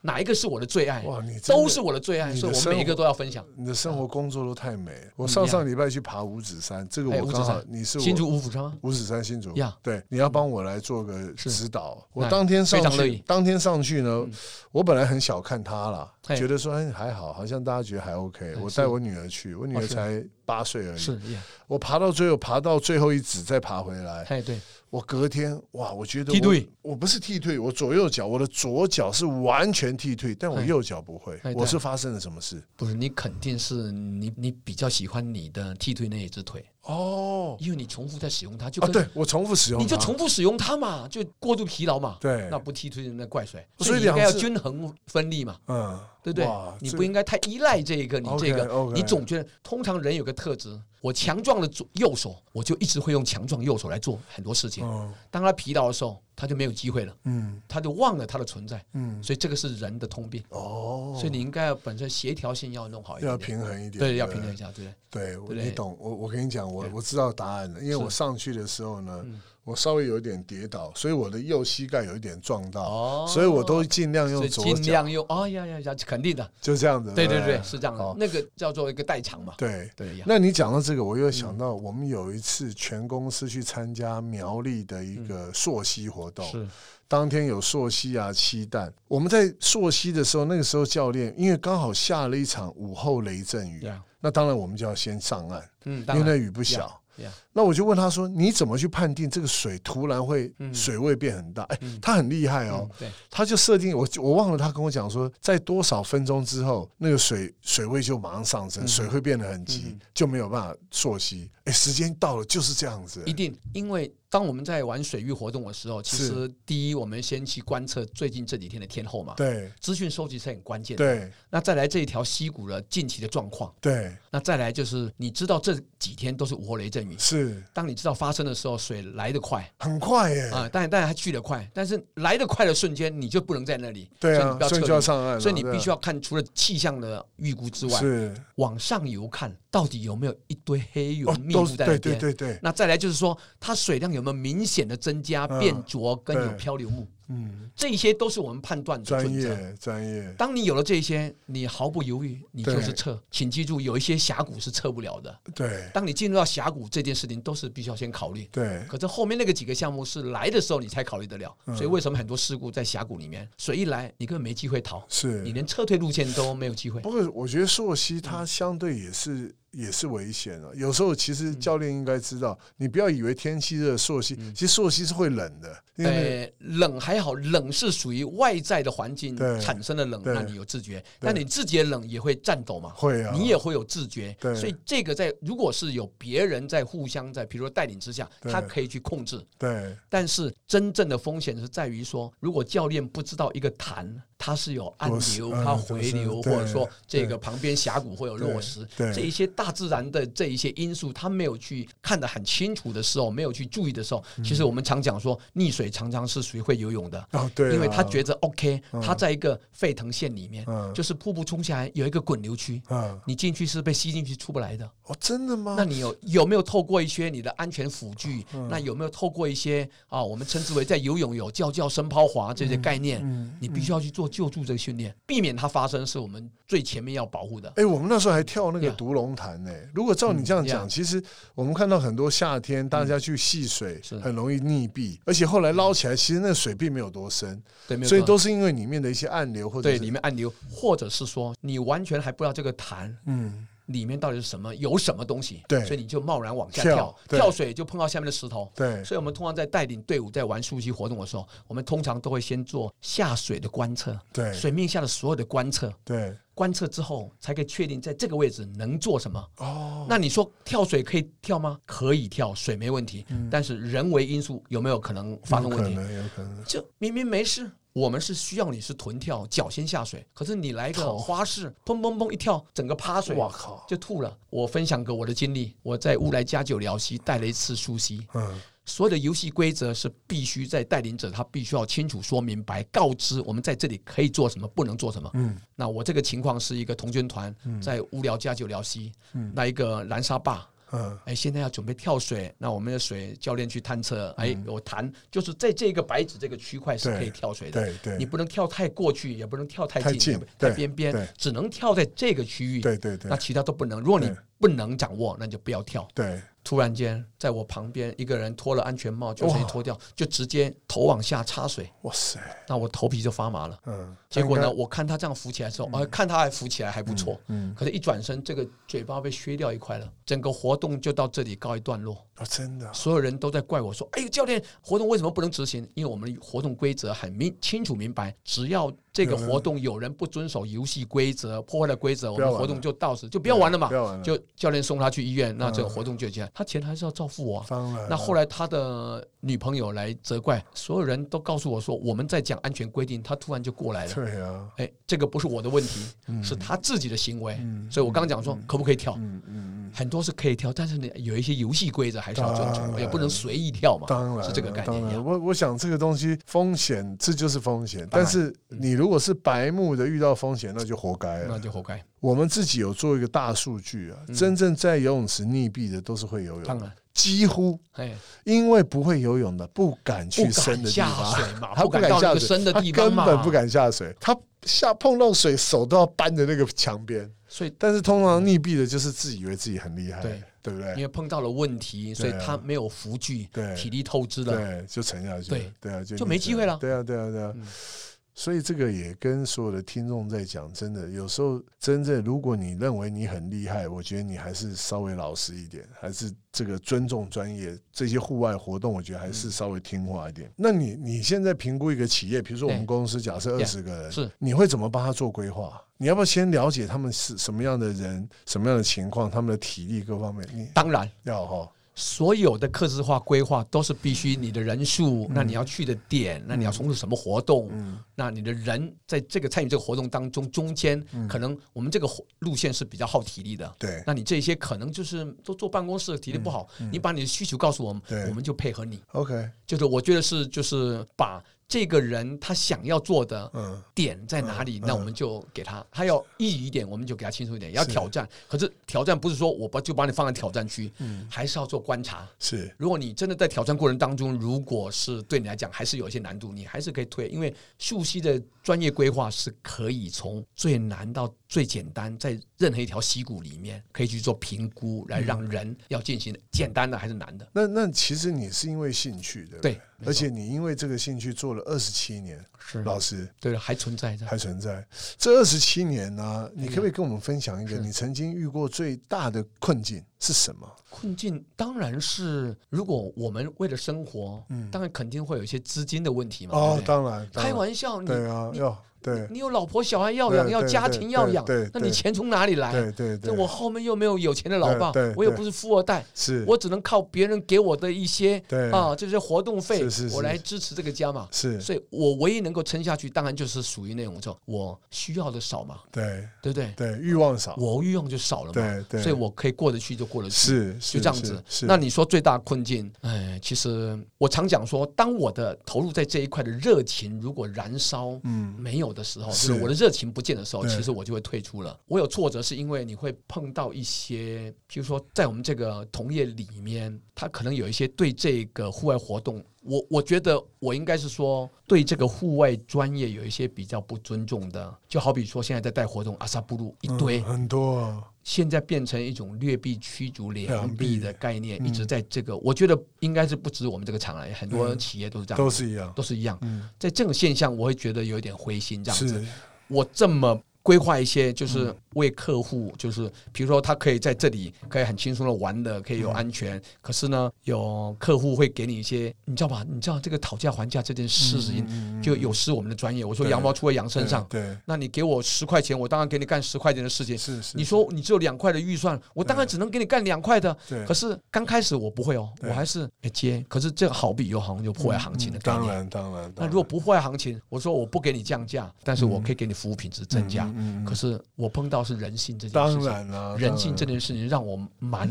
B: 哪一个是我的最爱，
A: 哇，你真的
B: 都是我的最爱，
A: 你的
B: 所以我
A: 生活
B: 每一个都要分享。
A: 你的生活工作都太美了。我上上礼拜去爬五指山，这个
B: 嗯哎
A: 我
B: 五指
A: 刚好
B: 山
A: 你是我
B: 新竹五府啊川，
A: 五指山新竹
B: 呀
A: 对，你要帮我来做个指导。我
B: 哎
A: 当天上
B: 非常乐
A: 去
B: 意，嗯
A: 当天上去呢，我本来很小看它啦，
B: 嘿
A: 觉得说哎还好，好像大家觉得还 OK。我带我女儿去，我女儿
B: 哎哦是
A: 才八岁而已。
B: 是，呀
A: 我爬到最后，爬到最后一指再爬回来，
B: 哎对，
A: 我隔天哇，我觉得
B: 踢
A: 我
B: 腿，
A: 我不是踢腿，我左右脚，我的左脚是完全踢腿，但我
B: 哎
A: 右脚不会
B: 哎。对
A: 我是发生了什么事？
B: 不是你肯定是你你比较喜欢你的踢腿那一只腿，
A: 哦，
B: 因为你重复在使用它，就
A: 啊，
B: 跟
A: 对我重复使用它，
B: 你就重复使用它嘛，就过度疲劳嘛，
A: 对
B: 那不踢腿那怪谁？
A: 所以
B: 你应该
A: 两
B: 要
A: 只
B: 均衡分力嘛。
A: 嗯，
B: 对不对
A: 哇？
B: 你
A: 这
B: 不应该太依赖这一个，你这个
A: OK，OK
B: 你总觉得通常人有个特质，我强壮的左右手，我就一直会用强壮右手来做很多事情。
A: 嗯
B: 当他疲劳的时候，他就没有机会了，
A: 嗯
B: 他就忘了他的存在。
A: 嗯，
B: 所以这个是人的通病，
A: 哦，
B: 所以你应该要本身协调性要弄好一
A: 要
B: 点，
A: 平衡一点，
B: 对，要平衡一下，对不对？
A: 对，我
B: 对
A: 你懂我，我跟你讲，我我知道答案了，因为我上去的时候呢，
B: 嗯
A: 我稍微有一点跌倒，所以我的右膝盖有一点撞到，
B: 哦，
A: 啊所以我都尽量
B: 所
A: 用
B: 以
A: 左
B: 尽
A: 脚，
B: 量用，哦呀呀呀，肯定的，
A: 就这样子。
B: 对
A: 对
B: 对
A: 不
B: 对，是这样的
A: 好，
B: 那个叫做一个代偿嘛，
A: 对。
B: 对嗯呀，
A: 那你讲到这个，我又想到我们有一次全公司去参加苗栗的一个溯溪活动，
B: 嗯是
A: 当天有溯溪啊、七蛋。我们在溯溪的时候，那个时候教练因为刚好下了一场午后雷阵雨，
B: 呀，
A: 那当然我们就要先上岸，
B: 嗯，
A: 因
B: 当
A: 为那
B: 然
A: 雨不小。
B: 呀，
A: 那我就问他说：“你怎么去判定这个水突然会水位变很大？”哎、他很厉害哦，
B: 嗯对，
A: 他就设定我我忘了他跟我讲说，在多少分钟之后，那个水水位就马上上
B: 嗯
A: 升，水会变得很急，就没有办法溯溪。哎、时间到了就是这样子
B: 一。定，因为当我们在玩水域活动的时候，其
A: 是
B: 实第一，我们先去观测最近这几天的天候嘛，
A: 对
B: 资讯收集是很关键的。
A: 对
B: 那再来这一条溪谷的近期的状况，
A: 对，
B: 那再来就是你知道这几天都是午后雷阵雨，
A: 是
B: 当你知道发生的时候，水来得快
A: 很快耶、
B: 啊、当然当然它去得快，但是来得快的瞬间你就不能在那里，
A: 对
B: 所以你
A: 啊
B: 不，要
A: 所以
B: 撤
A: 就要
B: 离。
A: 上岸了，
B: 所以你必须
A: 要
B: 要看除了气象的预估之外，
A: 是
B: 往上游看到底有没有一堆黑云
A: 哦，
B: 密
A: 都
B: 布
A: 是
B: 在那
A: 对
B: 边。
A: 对对对，
B: 那再来就是说，它水量有没有明显的增加、
A: 嗯
B: 变浊跟有
A: 对
B: 漂流木，
A: 嗯，
B: 这些都是我们判断的
A: 专
B: 准则。
A: 业专业，
B: 当你有了这些，你毫不犹豫，你
A: 对
B: 就是测。请记住，有一些峡谷是测不了的。
A: 对
B: 当你进入到峡谷这件事情，都是必须要先考虑。
A: 对嗯
B: 可是后面那个几个项目是来的时候你才考虑得了，所以为什么很多事故在峡谷里面，水一来你根本没机会逃，
A: 是。
B: 你嗯连撤退路线都没有机会。
A: 不过我觉得朔溪它相对也是、也是危险的、有时候其
B: 嗯
A: 实教练应该知道，你不要以为天气热朔溪，其实朔溪是会冷的，因为
B: 呃，冷还好，冷是属于外在的环境
A: 对
B: 产生的冷，
A: 对
B: 那你有自觉，但你自己的冷也会颤抖嘛，
A: 会啊，
B: 你也会有自觉，
A: 对
B: 所以这个在如果是有别人在互相在，比如说带领之下，
A: 对
B: 他可以去控制。
A: 对
B: 但是真正的风险是在于说，如果教练不知道一个潭它是有暗
A: 落石
B: 流、
A: 嗯
B: 它回流，
A: 对
B: 或者说这
A: 对
B: 个旁边峡谷会有落石，
A: 对
B: 这一些大自然的这一些因素，他没有去看得很清楚的时候，没有去注意的时候，
A: 嗯
B: 其实我们常讲说，溺水常常是属于会游泳的。
A: 哦对啊、
B: 因为他觉得 OK，
A: 嗯
B: 他在一个沸腾线里面，
A: 嗯
B: 就是瀑布冲下来有一个滚流区，
A: 啊、
B: 你进去是被吸进去出不来的。
A: 哦真的吗？
B: 那你有有没有透过一些你的安全辅具？
A: 嗯
B: 那有没有透过一些啊，我们称之为在游泳有叫叫声抛滑这些概念？
A: 嗯
B: 你必须要去做救助这个训练，避免它发生，是我们最前面要保护的。
A: 哎、我们那时候还跳那个
B: 呀嗯
A: 独龙潭呢、如果照你这样讲
B: Yeah
A: 其实我们看到很多夏天大家去戏水，
B: 嗯是
A: 很容易溺毙，而且后来捞起来，其实那水并没有多深，
B: 对，没有
A: 所以
B: 错
A: 都是因为里面的一些暗流或者
B: 对
A: 是
B: 里面暗流，或者是说你完全还不知道这个潭
A: 嗯
B: 里面到底是什么，有什么东西，
A: 对
B: 所以你就贸然往下
A: 跳
B: 跳，
A: 对
B: 跳水就碰到下面的石头。
A: 对
B: 所以我们通常在带领队伍在玩溯溪活动的时候，我们通常都会先做下水的观测，
A: 对
B: 水面下的所有的观测，
A: 对
B: 观测之后才可以确定在这个位置能做什么。
A: 哦
B: 那你说跳水可以跳吗？可以跳，水没问题。但是人为因素有没有可能发生
A: 嗯有
B: 问
A: 可
B: 题？
A: 能有可能
B: 这明明没事，我们是需要你是臀跳，脚先下水，可是你来个花式，砰砰砰一跳，整个趴水，
A: 哦哇靠
B: 就吐了。我分享个我的经历，我在乌来加九辽溪带了一次溯溪，
A: 嗯
B: 所有的游戏规则是必须在带领者他必须要清楚说明白，告知我们在这里可以做什么，不能做什么。
A: 嗯
B: 那我这个情况是一个童军团在乌辽加九辽溪，那一个燃沙坝。
A: 嗯
B: 哎，现在要准备跳水，那我们的水教练去探测，
A: 嗯
B: 哎，有弹，就是在这个白纸这个区块是
A: 对
B: 可以跳水的，
A: 对对
B: 你不能跳太过去，也不能跳太
A: 太
B: 近，也
A: 近
B: 不太
A: 对
B: 边
A: 对
B: 边，只能跳在这个区域，
A: 对对对
B: 那其他都不能。如果你
A: 对
B: 不能掌握，那你就不要跳。
A: 对
B: 突然间，在我旁边一个人脱了安全帽，就直接脱掉，就直接头往下插水，
A: 哇塞
B: 那我头皮就发麻了。
A: 嗯
B: 结果呢，我看他这样浮起来之后，呃，看他还浮起来还不错，
A: 嗯
B: 可是一转身，这个嘴巴被削掉一块了，整个活动就到这里告一段落。
A: 哦真的
B: 所有人都在怪我说：“哎呦，教练，活动为什么不能执行？因为我们活动规则很明清楚明白，只要这个活动有人不遵守游戏规则，破坏了规则，我
A: 不要玩
B: 们
A: 了
B: 活动就到此就不要玩了嘛
A: 不。要玩了嗯
B: 就教练送他去医院，那这个活动就结束。他钱还是要照付我啊。
A: 当然
B: 那后来他的女朋友来责怪，
A: 嗯
B: 所有人都告诉我说我们在讲安全规定，他突然就过来了。
A: 对啊
B: 哎，这个不是我的问题，是他自己的行为。所以我刚讲说，可不可以跳？
A: 嗯嗯嗯
B: 很多是可以跳，但是呢，有一些游戏规则还是要遵
A: 当
B: 从，
A: 然
B: 也不能随意跳嘛。
A: 当然
B: 是这个概念
A: 当
B: 一
A: 然
B: 样。
A: 我我想这个东西风险这就是风险，
B: 当
A: 但
B: 然嗯
A: 是你如果是白目的遇到风险，那就活该了
B: 那。就活该，
A: 我们自己有做一个大数据啊，真正在游泳池溺毙的都是会游泳
B: 当
A: 的，
B: 然，
A: 几乎
B: 哎，
A: 因为不会游泳的不敢
B: 不
A: 去深
B: 敢
A: 的地
B: 下
A: 方，
B: 水嘛，
A: 他
B: 不
A: 不
B: 敢
A: 敢
B: 到那
A: 下
B: 个
A: 水，
B: 深的
A: 他
B: 地方
A: 根
B: 嘛，
A: 本不。敢下水，他下碰到水手都要扳着那个墙边。
B: 所以，
A: 但是通常溺毙的就是自以为自己很厉害，
B: 对
A: 对不
B: 因
A: 对？
B: 为碰到了问题，所以
A: 对啊
B: 他没有辅具
A: 对，
B: 体力透支了。
A: 对，就沉下去了，
B: 对
A: 对啊，就
B: 就没机会了嗯
A: 对啊，对啊，对啊。所以这个也跟所有的听众在讲，真的，有时候真正如果你认为你很厉害，我觉得你还是稍微老实一点，还是这个尊重专业。这些户外活动，我觉得还
B: 嗯
A: 是稍微听话一点。那你你现在评估一个企业，比如说我们
B: 对
A: 公司假设二
B: Yeah，
A: 十个人，
B: 是
A: 你会怎么帮他做规划？你要不要先了解他们是什么样的人，什么样的情况，他们的体力各方面？你
B: 当然，
A: 要哈，
B: 所有的客制化规划都是必须你的人数，
A: 嗯
B: 那你要去的点，那你要从事什么活动，那你的人在这个参与这个活动当中，中间可能我们这个活路线是比较耗体力的。
A: 嗯对嗯
B: 那你这些可能就是都坐办公室，体力不好，你把你的需求告诉我们
A: 对，
B: 我们就配合你。
A: ，OK，
B: 就是我觉得是就是把这个人他想要做的
A: 嗯
B: 点在哪里，那我们就给他，他要易于一点，我们就给他清楚一点，也要挑战。可是挑战不是说我把就把你放在挑战区，
A: 嗯
B: 还是要做观察。
A: 是。
B: 如果你真的在挑战过程当中，如果是对你来讲还是有一些难度，你还是可以退，因为溯溪的专业规划是可以从最难到最简单，在任何一条溪谷里面可以去做评估，来让人要进行简单的还是难的。
A: 那那其实你是因为兴趣，对不对？
B: 对
A: 嗯
B: 没错嗯
A: 而且你因为这个兴趣做了二十七年，
B: 是
A: 老师
B: 对，还存在着。
A: 还存在。这二十七年呢、
B: 哎
A: 你可不可以跟我们分享一个你曾经遇过最大的困境是什么？
B: 困境当然是，如果我们为了生活，当然肯定会有一些资金的问题嘛。
A: 嗯哦
B: 对，不对
A: 当然，当然
B: 开玩笑，你
A: 对啊，
B: 你
A: 要对
B: 你有老婆小孩要
A: 对
B: 养，要
A: 对
B: 家
A: 对
B: 庭要养
A: 对对，
B: 那
A: 对
B: 你钱从哪里来？
A: 对对
B: 那
A: 对，
B: 我后面又没有有钱的老爸
A: 对对，
B: 我又
A: 对
B: 不是富二代，
A: 是
B: 我只能靠别人给我的一些
A: 对
B: 啊，这些活动费
A: 是是，是
B: 我来支持这个家嘛。
A: 是
B: 所以我唯一能够撑下去，当然就是属于那种说我需要的少嘛，
A: 对
B: 对不对？
A: 对欲望少，
B: 我欲望就少了
A: 对
B: 嘛，
A: 对
B: 所以我可以过得去就过得去。
A: 是
B: 就是这样
A: 是
B: 子。
A: 是
B: 那你说最大困境，哎，其实我常讲说，当我的投入在这一块的热情如果燃烧，
A: 嗯
B: 没有的时候，就是是我的热情不见的时候，
A: 对
B: 其实我就会退出了。我有挫折，是因为你会碰到一些，譬如说在我们这个同业里面，他可能有一些对这个户外活动我我觉得我应该是说对这个户外专业有一些比较不尊重的，就好比说现在在带活动阿萨布鲁一堆，
A: 很多啊，
B: 现在变成一种劣币驱逐良
A: 良币
B: 币的概念，
A: 嗯
B: 一直在这个，我觉得应该是不止我们这个厂了，很多企业都是这样，
A: 啊都是一样，
B: 都是一样。在这种现象，我会觉得有一点灰心，这样子。
A: 嗯是嗯
B: 我这么规划一些，就是为客户，就是比如说他可以在这里可以很轻松的玩的，可以有安全。
A: 嗯
B: 可是呢，有客户会给你一些，你知道吧？你知道这个讨价还价这件事情，就有失我们的专业。我说
A: 对
B: 羊毛出在羊身上，
A: 嗯对，
B: 那你给我十块钱，我当然给你干十块钱的事情
A: 对。是是，
B: 你说你只有两块的预算，我当然只能给你干两块的。
A: 对
B: 可，是刚开始我不会哦，
A: 对嗯
B: 我还是哎接。可是这个好比又好像就破坏行情的概念
A: 当。然当然，
B: 那如果不坏行情，我说我不给你降价，但是我可以给你服务品质增加。
A: 嗯，
B: 可是我碰到是人性这件事
A: 当
B: 情，
A: 然啦，
B: 人性这件事情让我蛮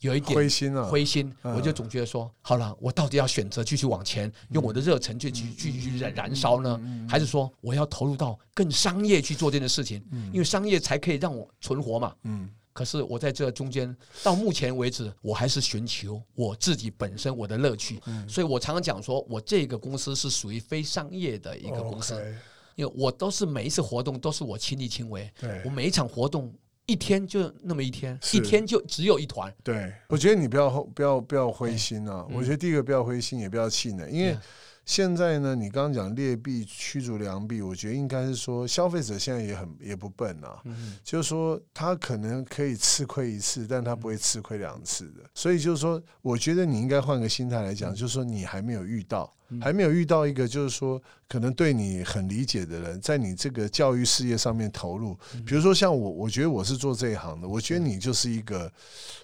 B: 有一
A: 灰
B: 点
A: 心啊，
B: 灰心，
A: 嗯
B: 我就总觉得说，好了，我到底要选择继续往前，用我的热忱去
A: 嗯
B: 去去去燃燃烧呢，还是说我要投入到更商业去做这件事情？因为商业才可以让我存活嘛。
A: 嗯，
B: 可是我在这中间，到目前为止，我还是寻求我自己本身我的乐趣，
A: 嗯
B: 所以我常常讲说，我这个公司是属于非商业的一个公司，
A: 哦 OK，
B: 因为我都是每一次活动都是我亲力亲为，我
A: 对
B: 每一场活动一天就那么一天，
A: 是
B: 一天就只有一团，
A: 对，我觉得你不要不要不要灰心啊，
B: 哎
A: 我觉得第一个不要灰心，也不要气馁，因为
B: Yeah。
A: 现在呢，你刚刚讲劣币驱逐良币，我觉得应该是说消费者现在也很也不笨啊，
B: 嗯，
A: 就是说他可能可以吃亏一次，但他不会吃亏两次的。所以就是说，我觉得你应该换个心态来讲，就是说你还没有遇到，还没有遇到一个就是说可能对你很理解的人，在你这个教育事业上面投入。比如说像我，我觉得我是做这一行的，我觉得你就是一个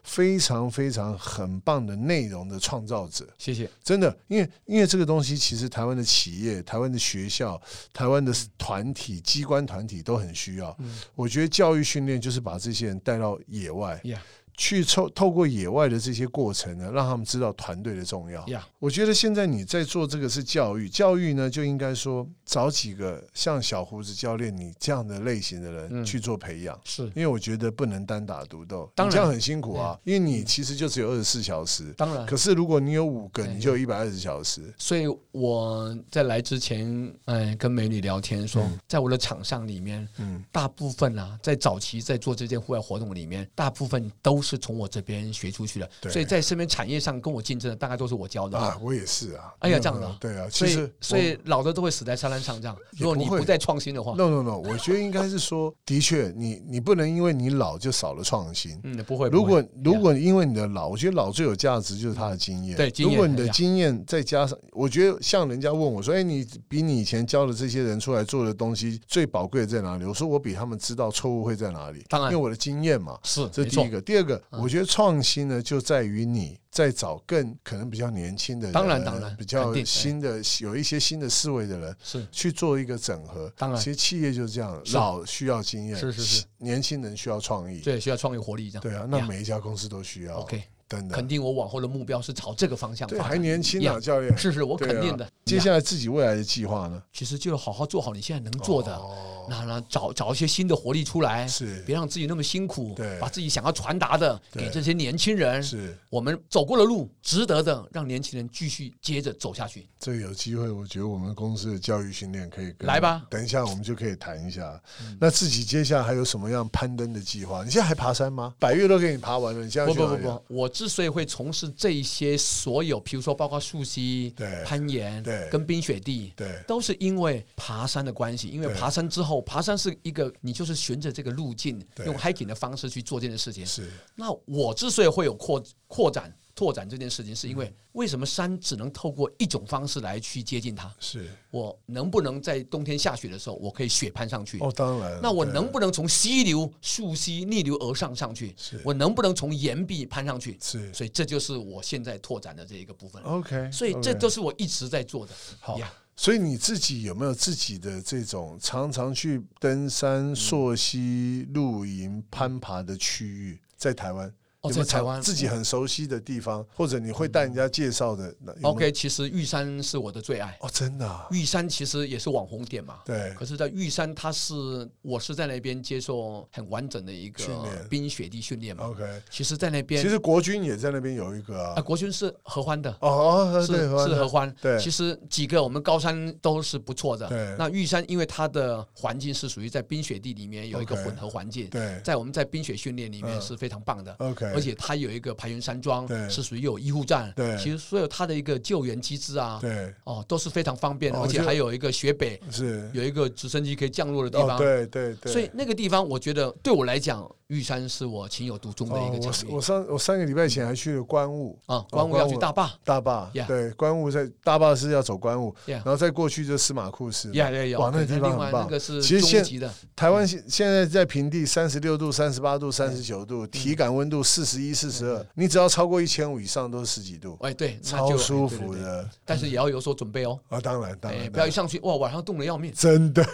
A: 非常非常很棒的内容的创造者。
B: 谢谢，
A: 真的，因为因为这个东西，其实台湾的企业、台湾的学校、台湾的团体、机关团体都很需要。
B: 嗯
A: 我觉得教育训练就是把这些人带到野外，
B: 呀
A: 去透透过野外的这些过程呢，让他们知道团队的重要。
B: 呀，
A: 我觉得现在你在做这个是教育，教育呢就应该说找几个像小胡子教练你这样的类型的人
B: 嗯
A: 去做培养。
B: 是
A: 因为我觉得不能单打独斗，
B: 当然嗯
A: 你这样很辛苦啊。因为你其实就只有二十四小时，
B: 当然。
A: 可是如果你有五个，
B: 对
A: 你就有一百二十小时。
B: 所以我在来之前，哎，跟美女聊天说，在我的场上里面，
A: 嗯，
B: 大部分啊，在早期在做这件户外活动里面，大部分都是从我这边学出去的，
A: 对
B: 所以在身边产业上跟我竞争的，大概都是我教的。
A: 啊，我也是啊。
B: 哎呀这样的啊
A: 对啊，
B: 所
A: 其
B: 以
A: 实，
B: 所以老的都会死在沙滩上，这样。
A: 也
B: 如果你
A: 不会
B: 不再创新的话，
A: no no no，我觉得应该是说， 的确，你你不能因为你老就少了创新。
B: 嗯，不会。
A: 如
B: 不会
A: 果如果因为你的老，我觉得老最有价值就是他的经验。
B: 对经
A: 如
B: 验
A: 果你
B: 哎
A: 的
B: 呀
A: 经验再加上，我觉得像人家问我说：“哎，你比你以前教的这些人出来做的东西最宝贵的在哪里？”我说：“我比他们知道错误会在哪里，
B: 当然
A: 因为我的经验嘛。”
B: 是
A: 这
B: 没
A: 第
B: 错嗯
A: 一个，第二个，我觉得创新呢，就在于你在找更可能比较年轻的人，
B: 当然当然
A: 比
B: 肯
A: 较
B: 定
A: 新的，有一些新的思维的人
B: 是
A: 去做一个整合。
B: 当然
A: 其实企业就是这样，
B: 是
A: 老需要经验，
B: 是是是，
A: 年轻人需要创意，
B: 对需要创意活力这样。
A: 对啊，那
B: 呀
A: 每一家公司都需要，
B: OK，
A: 真的
B: 肯，定我往后的目标是朝这个方向发
A: 对，
B: 展。
A: 还年轻啊，
B: 呀
A: 教练，
B: 是是，我
A: 对
B: 肯
A: 啊
B: 定的。
A: 接
B: 呀
A: 下来自己未来的计划呢？
B: 其实就好好做好你现在能做的，
A: 哦
B: 那那找找一些新的活力出来，
A: 是
B: 别让自己那么辛苦
A: 对，
B: 把自己想要传达的
A: 对
B: 给这些年轻人。
A: 是，
B: 我们走过的路，值得的，让年轻人继续接着走下去。
A: 这个有机会，我觉得我们公司的教育训练可以跟
B: 来吧嗯
A: 等一下我们就可以谈一下。那自己接下来还有什么样攀登的计划？你现在还爬山吗？百越都给你爬完了，你现在
B: 不
A: 要去哪
B: 不不
A: 里啊
B: 不，我之所以会从事这一些所有，比如说包括溯溪
A: 对、
B: 攀岩
A: 对、
B: 跟冰雪地，
A: 对
B: 都是因为爬山的关系。因为
A: 对
B: 爬山之后，爬山是一个你就是循着这个路径，
A: 对
B: 用 hiking 的方式去做这件事情。
A: 是
B: 那我之所以会有扩扩展、拓展这件事情，是因为
A: 嗯
B: 为什么山只能透过一种方式来去接近它？
A: 是
B: 我能不能在冬天下雪的时候，我可以雪攀上去？
A: 哦，当然了。
B: 那我
A: 对
B: 能不能从溪流、溯溪逆流而上上去
A: 是？
B: 我能不能从岩壁攀上去？
A: 是
B: 所以这就是我现在拓展的这一个部分。
A: OK，
B: 所以
A: 哦
B: 这
A: OK
B: 都是我一直在做的。
A: 好
B: 呀
A: 所以你自己有没有自己的这种常常去
B: 嗯
A: 登山、溯溪、露营、攀爬的区域在台湾？有
B: 哦
A: 没有
B: 在台湾
A: 常自己很熟悉的地方，或者你会带人家介绍的那有没有
B: OK，其实玉山是我的最爱。
A: 哦，真的啊、
B: 玉山其实也是网红点嘛，
A: 对
B: 可是，在玉山，它是我是在那边接受很完整的一
A: 训练
B: 个冰雪地训练嘛。
A: ，OK。
B: 其实，在那边
A: 其实国军也在那边有一个
B: 啊，
A: 啊，
B: 国军是合欢的，
A: 哦哦，
B: 是
A: 对，
B: 是合欢。
A: 对
B: 其实几个我们高山都是不错的。
A: 对
B: 那玉山因为它的环境是属于在冰雪地里面有一个
A: OK
B: 混合环境，
A: 对
B: 在我们在冰雪训练里面
A: 嗯
B: 是非常棒的。
A: ，OK，
B: 而且它有一个排云山庄
A: 对，
B: 是属于有医护站。
A: 对
B: 其实所有它的一个救援机制啊，
A: 对
B: 哦，都是非常方便的，
A: 哦
B: 而且
A: 就
B: 还有一个雪北，
A: 是
B: 有一个直升机可以降落的地
A: 哦，
B: 方。
A: 对对对，
B: 所以那个地方，我觉得对我来讲，玉山是我情有独钟的一
A: 哦
B: 个，
A: 我
B: 场
A: 是
B: 域
A: 我上我上个礼拜前还去了关雾
B: 啊。
A: 哦
B: 关武要
A: 关
B: 去
A: 武
B: 大坝，
A: 大坝
B: Yeah
A: 对，关雾在大坝是要走关雾
B: Yeah
A: 然后再过去就司马库斯嘛
B: 呀呀呀！
A: 嗯哇那个地方
B: 另外
A: 很棒
B: 那个是
A: 其实
B: 中
A: 现
B: 级的，
A: 台湾现现在在平地三十六度、三十八度、三十九
B: 嗯
A: 度，体感温度四十一、四十二，你只要超过一千五以上都是十几度，
B: 哎，对，嗯那
A: 超
B: 就
A: 舒
B: 哎对
A: 服
B: 对对
A: 的
B: 但是也要有所准备哦，
A: 啊！当然，当
B: 哎，
A: 然，
B: 不要
A: 当
B: 一
A: 然
B: 上去哇，晚上冻得要命，
A: 真的，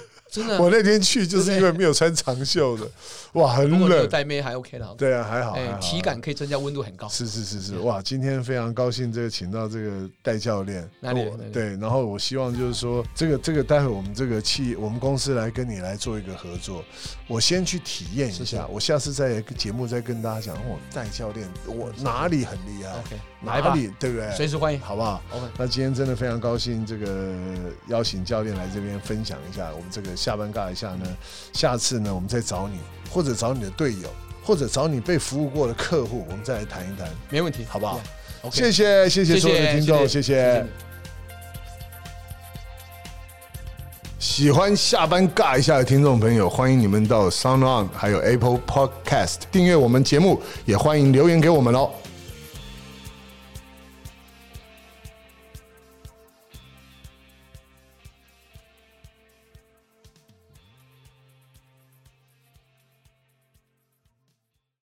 B: 真 的。
A: 我那天去就是因为没有穿长袖的，哇，很
B: 如果你有
A: 冷。
B: 带妹还 OK 了，
A: 对啊，还好，还
B: 哎，
A: 好
B: 体感可以增加温度很高。
A: 是是是是，哇！今天非常高兴，这个请到这个戴教练，
B: 哪里
A: 我
B: 哪里
A: 对，然后我希望就是说，这个这个，待会我们这个企我们公司来跟你来做一个合作，我先去体验一
B: 是是
A: 下，我下次在节目再跟大家讲，我戴教练我哪里很厉害
B: OK，来
A: 哪
B: 吧，
A: 里对不对？
B: 随时欢迎。
A: 好不好？
B: OK，
A: 那今天真的非常高兴，这个邀请教练来这边分享一下我们这个下班尬一下呢。下次呢，我们再找你，或者找你的队友，或者找你被服务过的客户，我们再来谈一谈，
B: 没问题，
A: 好不好
B: 呀？OK，
A: 谢谢谢谢
B: 谢
A: 所有的听众，谢谢
B: 你。
A: 喜欢下班尬一下的听众朋友，欢迎你们到 Sound On 还有 Apple Podcast 订阅我们节目，也欢迎留言给我们哦。